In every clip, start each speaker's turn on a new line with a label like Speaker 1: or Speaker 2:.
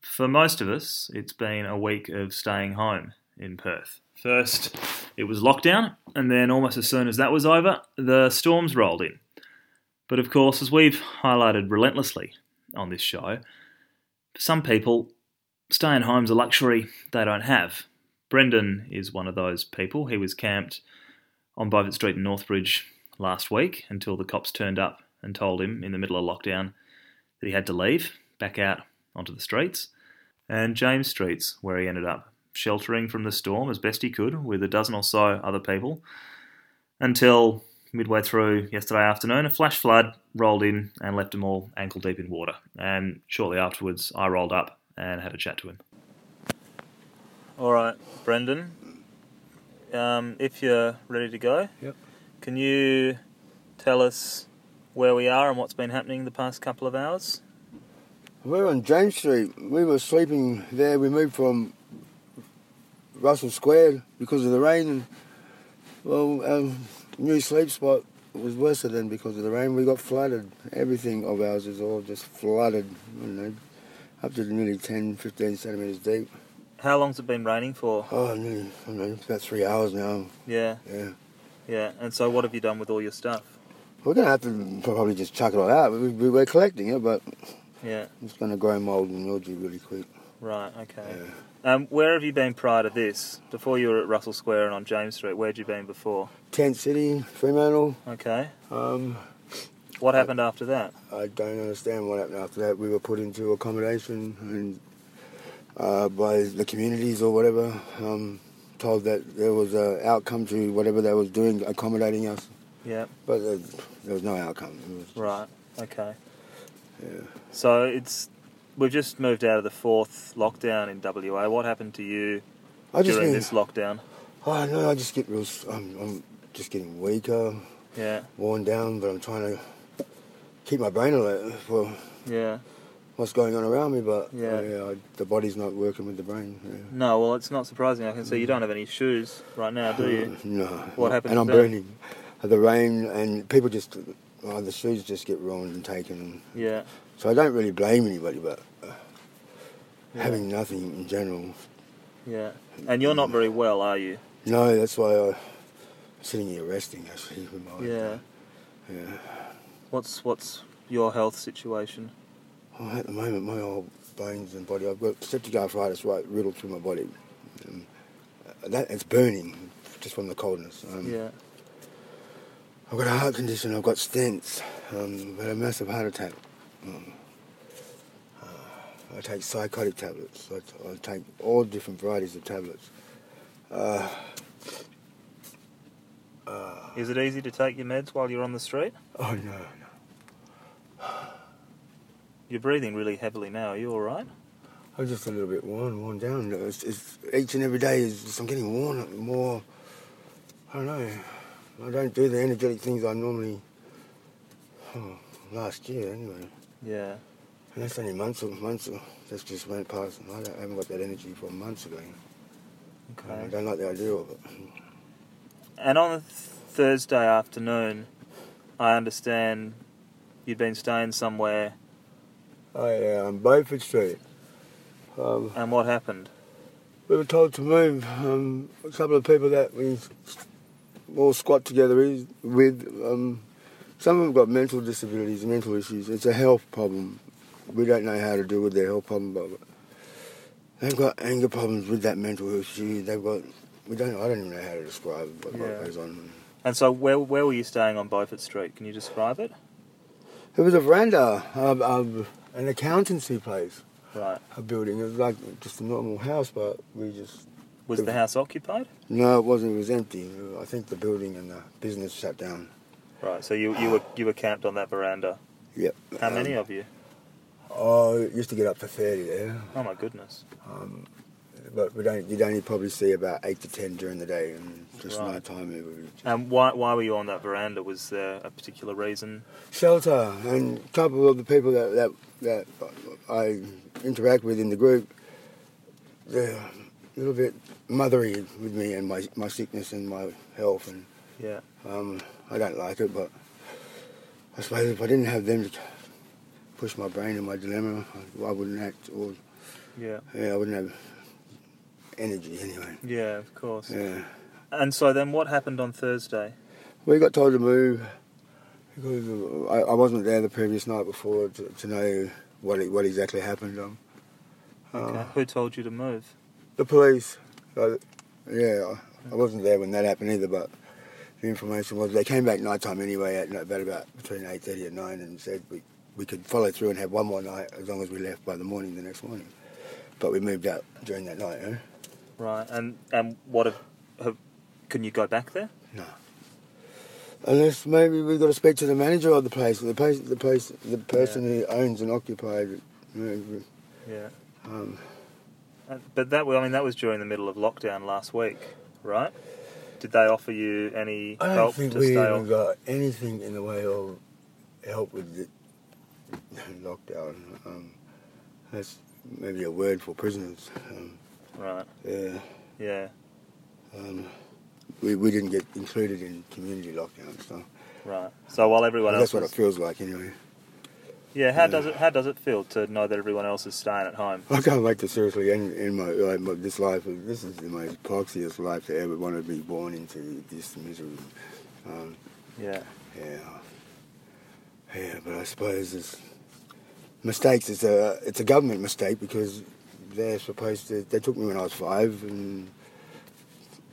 Speaker 1: For most of us, it's been a week of staying home in Perth. First, it was lockdown, and then almost as soon as that was over, the storms rolled in. But of course, as we've highlighted relentlessly on this show, for some people, staying home's a luxury they don't have. Brendan is one of those people. He was camped on Bovett Street in Northbridge last week until the cops turned up and told him in the middle of lockdown that he had to leave back out onto the streets. And James Street's where he ended up, sheltering from the storm as best he could with a dozen or so other people until midway through yesterday afternoon a flash flood rolled in and left them all ankle deep in water. And shortly afterwards, I rolled up and had a chat to him. All right, Brendan, um, if you're ready to go,
Speaker 2: Yep.
Speaker 1: can you tell us where we are and what's been happening the past couple of hours?
Speaker 2: We were on James Street. We were sleeping there. We moved from Russell Square because of the rain. And, well, our new sleep spot was worse than because of the rain. We got flooded. Everything of ours is all just flooded. I don't know, up to nearly 10, 15 centimetres deep.
Speaker 1: How long's it been raining for?
Speaker 2: Oh, nearly, I don't know, it's about three hours now.
Speaker 1: Yeah,
Speaker 2: Yeah.
Speaker 1: yeah. And so, what have you done with all your stuff?
Speaker 2: We're going to have to probably just chuck it all out. We, we were collecting it, but
Speaker 1: Yeah,
Speaker 2: it's going to grow mould and mildew really quick.
Speaker 1: right, okay. Um, where have you been prior to this? Before you were at Russell Square and on James Street, where'd you been before?
Speaker 2: Tent City, Fremantle.
Speaker 1: Okay.
Speaker 2: Um,
Speaker 1: What happened after that?
Speaker 2: I don't understand what happened after that. We were put into accommodation and uh, by the communities or whatever, um, told that there was an outcome to whatever they was doing, accommodating us.
Speaker 1: Yeah,
Speaker 2: But there, there was no outcome. It was just-
Speaker 1: right, okay.
Speaker 2: Yeah.
Speaker 1: So it's we've just moved out of the fourth lockdown in WA. What happened to you
Speaker 2: I just
Speaker 1: during
Speaker 2: mean,
Speaker 1: this lockdown?
Speaker 2: oh no, I just get real. s- I'm, I'm just getting weaker,
Speaker 1: Yeah,
Speaker 2: worn down. But I'm trying to keep my brain alert for
Speaker 1: yeah.
Speaker 2: what's going on around me. But
Speaker 1: Yeah.
Speaker 2: uh, yeah, I, the body's not working with the brain. Yeah.
Speaker 1: No, well, it's not surprising. I can see you don't have any shoes right now, do you?
Speaker 2: No.
Speaker 1: What happened
Speaker 2: And
Speaker 1: to
Speaker 2: I'm
Speaker 1: them?
Speaker 2: burning. The rain and people just, oh, the shoes just get ruined and taken.
Speaker 1: Yeah,
Speaker 2: So I don't really blame anybody, but uh,
Speaker 1: Yeah.
Speaker 2: having nothing in general.
Speaker 1: yeah. And you're not very well, are you?
Speaker 2: No, that's why I'm sitting here resting actually with my
Speaker 1: Yeah.
Speaker 2: yeah.
Speaker 1: What's what's your health situation?
Speaker 2: Oh, at the moment, my whole bones and body, I've got septic arthritis right riddled through my body. Um, that it's burning just from the coldness. Um,
Speaker 1: Yeah,
Speaker 2: I've got a heart condition. I've got stents. Um, I've had a massive heart attack. Um, uh, I take psychotic tablets. I, t- I take all different varieties of tablets. Uh, uh,
Speaker 1: is it easy to take your meds while you're on the street?
Speaker 2: oh no, no.
Speaker 1: You're breathing really heavily now. Are you all right?
Speaker 2: I'm just a little bit worn, worn down. It's, it's, each and every day is just, I'm getting worn more. I don't know. I don't do the energetic things I normally. Oh, last year anyway.
Speaker 1: Yeah,
Speaker 2: And that's only months of months of that's just went past and I, don't, I haven't got that energy for months ago. I
Speaker 1: okay.
Speaker 2: don't like the idea of it.
Speaker 1: And on a th- Thursday afternoon, I understand you'd been staying somewhere.
Speaker 2: Oh yeah, on Beaufort Street. Um,
Speaker 1: And what happened?
Speaker 2: we were told to move. Um, a couple of people that we s- all squat together is- with, um, some of them got mental disabilities, mental issues. It's a health problem. We don't know how to deal with their health problem, but they've got anger problems with that mental issue. They've got, we don't, I don't even know how to describe what,
Speaker 1: Yeah.
Speaker 2: what goes on.
Speaker 1: And so, where where were you staying on Beaufort Street? Can you describe it?
Speaker 2: It was a veranda of, of an accountancy place,
Speaker 1: Right.
Speaker 2: a building. It was like just a normal house, but we just
Speaker 1: Was the house occupied?
Speaker 2: no, it wasn't. It was empty. I think the building and the business shut down.
Speaker 1: Right. So you you were you were camped on that veranda.
Speaker 2: Yep.
Speaker 1: How
Speaker 2: Um,
Speaker 1: many of you?
Speaker 2: Oh, it used to get up to thirty there,
Speaker 1: Oh my goodness.
Speaker 2: um, but we don't. You'd only probably see about eight to ten during the day, and just
Speaker 1: Right.
Speaker 2: night time it would be just
Speaker 1: And why why were you on that veranda? Was there a particular reason?
Speaker 2: shelter. And a couple of the people that that, that I interact with in the group, they're a little bit mothery with me and my my sickness and my health, and
Speaker 1: Yeah.
Speaker 2: um, I don't like it. But I suppose if I didn't have them to push my brain and my dilemma, I, I wouldn't act or
Speaker 1: Yeah.
Speaker 2: Yeah, I wouldn't have energy anyway.
Speaker 1: Yeah. Of course.
Speaker 2: Yeah.
Speaker 1: And so then, what happened on Thursday?
Speaker 2: We got told to move because I, I wasn't there the previous night before to, to know what it, what exactly happened. Um, uh,
Speaker 1: Okay. Who told you to move?
Speaker 2: The police, like, yeah, I, I wasn't there when that happened either, but the information was they came back night time anyway at night, about, about between 8.30 and 9 and said we, we could follow through and have one more night as long as we left by the morning the next morning. But we moved out during that night, eh?
Speaker 1: Right. And and what have, have can you go back there?
Speaker 2: Unless maybe we've got to speak to the manager of the place, the place, the place, the person who owns and occupies it. you know,
Speaker 1: Yeah.
Speaker 2: Um,
Speaker 1: And, but that was, I mean, that was during the middle of lockdown last week, right? Did they offer you any
Speaker 2: I don't
Speaker 1: help
Speaker 2: think
Speaker 1: to
Speaker 2: we
Speaker 1: stay
Speaker 2: even
Speaker 1: on?
Speaker 2: got anything in the way of help with the lockdown. Um, that's maybe a word for prisoners. Um,
Speaker 1: Right.
Speaker 2: yeah,
Speaker 1: Yeah.
Speaker 2: um, we, we didn't get included in community lockdown, so
Speaker 1: Right. So while everyone else
Speaker 2: that's what it
Speaker 1: was,
Speaker 2: feels like anyway.
Speaker 1: yeah, how
Speaker 2: yeah.
Speaker 1: does it how does it feel to know that everyone else is staying at home?
Speaker 2: I can't wait to seriously end, end my, like, my this life. This is the most proxiest life to ever want to be born into this misery. Um,
Speaker 1: Yeah.
Speaker 2: Yeah, yeah, but I suppose it's mistakes. It's a it's a government mistake because they're supposed to. They took me when I was five, and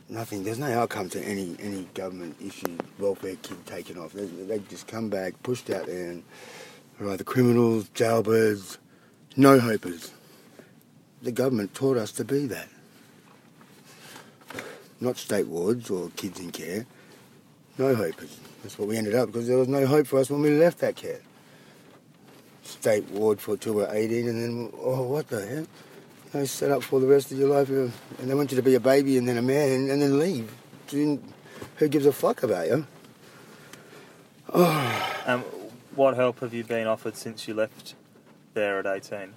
Speaker 2: nothing. There's no outcome to any any government issued welfare kid taken off. They, they just come back pushed out there, and are either criminals, jailbirds, no hopers. The government taught us to be that. Not state wards or kids in care. No hopers. That's what we ended up because there was no hope for us when we left that care. State ward for till we're 18, and then oh, what the hell? They set up for the rest of your life, uh, and they want you to be a baby and then a man and then leave. Didn't- Who gives a fuck about you?
Speaker 1: And what help have you been offered since you left there at eighteen?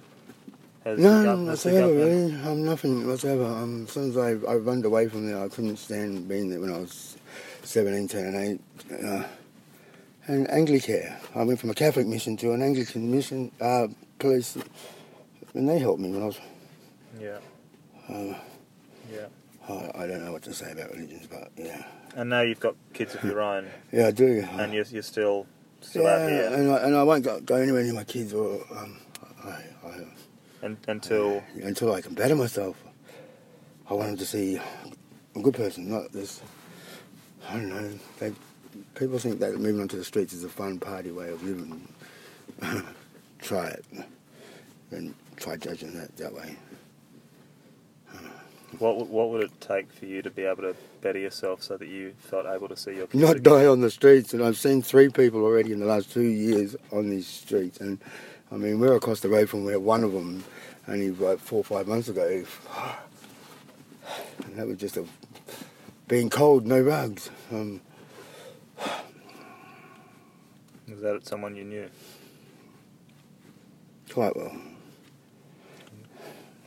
Speaker 1: Has
Speaker 2: No,
Speaker 1: the
Speaker 2: no,
Speaker 1: gov- has the
Speaker 2: whatsoever,
Speaker 1: government-
Speaker 2: really. I'm nothing whatsoever. Um, as soon as I, I runned away from there, I couldn't stand being there when I was 17, 10 and 8. Uh, and Anglicare. I went from a Catholic mission to an Anglican mission, uh, police, and they helped me when I was...
Speaker 1: Yeah.
Speaker 2: Uh,
Speaker 1: Yeah.
Speaker 2: I, I don't know what to say about religions, but yeah.
Speaker 1: And now you've got kids of your own,
Speaker 2: Yeah, I do.
Speaker 1: and you're you're still still
Speaker 2: yeah,
Speaker 1: out here
Speaker 2: and I, and I won't go, go anywhere near my kids or um, I, I,
Speaker 1: un until
Speaker 2: until I can better myself. I want them to see a good person, not this. I don't know. They, people think that moving onto the streets is a fun party way of living. try it, and try judging that that way.
Speaker 1: what would- what would it take for you to be able to better yourself so that you felt able to see your kids?
Speaker 2: Not
Speaker 1: again?
Speaker 2: die on the streets, and I've seen three people already in the last two years on these streets. And I mean, we're across the road from where one of them only like four or five months ago. And that was just a being cold, no rugs. Um,
Speaker 1: Was that someone you knew?
Speaker 2: quite well.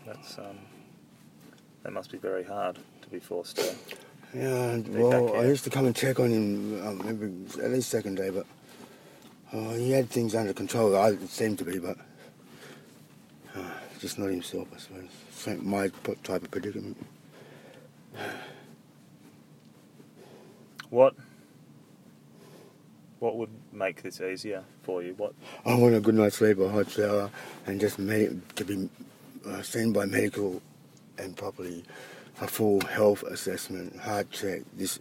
Speaker 1: That's um, that must be very hard to be forced to.
Speaker 2: Yeah, and,
Speaker 1: They back
Speaker 2: well,
Speaker 1: here.
Speaker 2: I used to come and check on him um, every at least second day, but uh, he had things under control. I it seemed to be, but uh, just not himself, I suppose. Same- My p- type of predicament.
Speaker 1: What what would make this easier for you? What
Speaker 2: I want a good night's sleep, a hot shower, and just med- to be uh, seen by medical and properly a full health assessment, heart check. This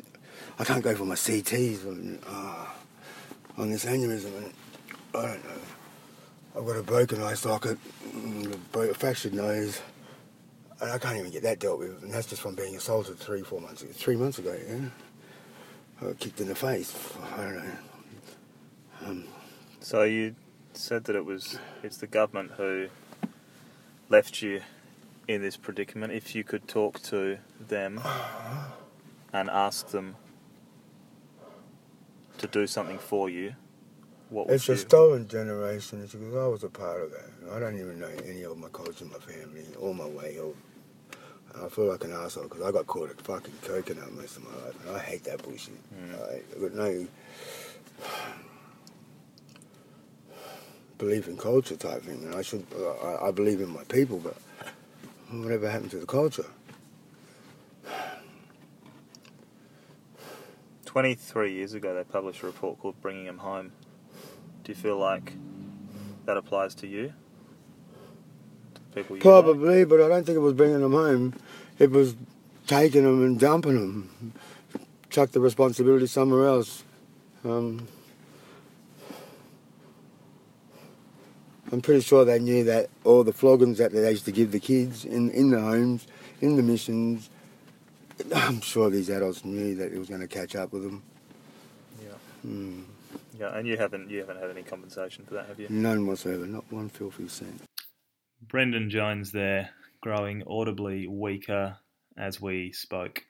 Speaker 2: I can't go for my CTs on, uh, on this aneurysm. And I don't know. I've got a broken eye socket, mm, a bro- a fractured nose, and I can't even get that dealt with. And that's just from being assaulted three, four months, ago, three months ago. Yeah, I got kicked in the face. I don't know. Um,
Speaker 1: so you said that it was it's the government who left you in this predicament. If you could talk to them and ask them to do something for you, what would
Speaker 2: It's
Speaker 1: you?
Speaker 2: a stolen generation. It's because I was a part of that. I don't even know any of my culture, my family, or my way of. And I feel like an asshole because I got caught a fucking coconut most of my life, and I hate that bullshit.
Speaker 1: Mm.
Speaker 2: I I got no belief in culture type thing, and I should. I, I believe in my people, but whatever happened to the culture?
Speaker 1: 23 years ago, they published a report called Bringing Him Home. Do you feel like that applies to you? To the people you know?
Speaker 2: Probably, but I don't think it was bringing them home. It was taking them and dumping them. Chuck the responsibility somewhere else. Um, I'm pretty sure they knew that all the floggings that they used to give the kids in, in the homes, in the missions, I'm sure these adults knew that it was going to catch up with them.
Speaker 1: Yeah.
Speaker 2: Mm,
Speaker 1: Yeah, and you haven't you haven't had any compensation for that, have you?
Speaker 2: none whatsoever, not one filthy cent.
Speaker 1: Brendan Jones there, growing audibly weaker as we spoke.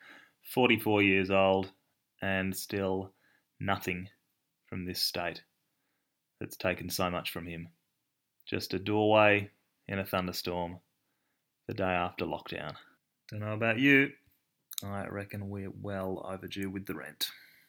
Speaker 1: 44 years old and still nothing from this state that's taken so much from him. Just a doorway in a thunderstorm the day after lockdown. Don't know about you. I reckon we're well overdue with the rent.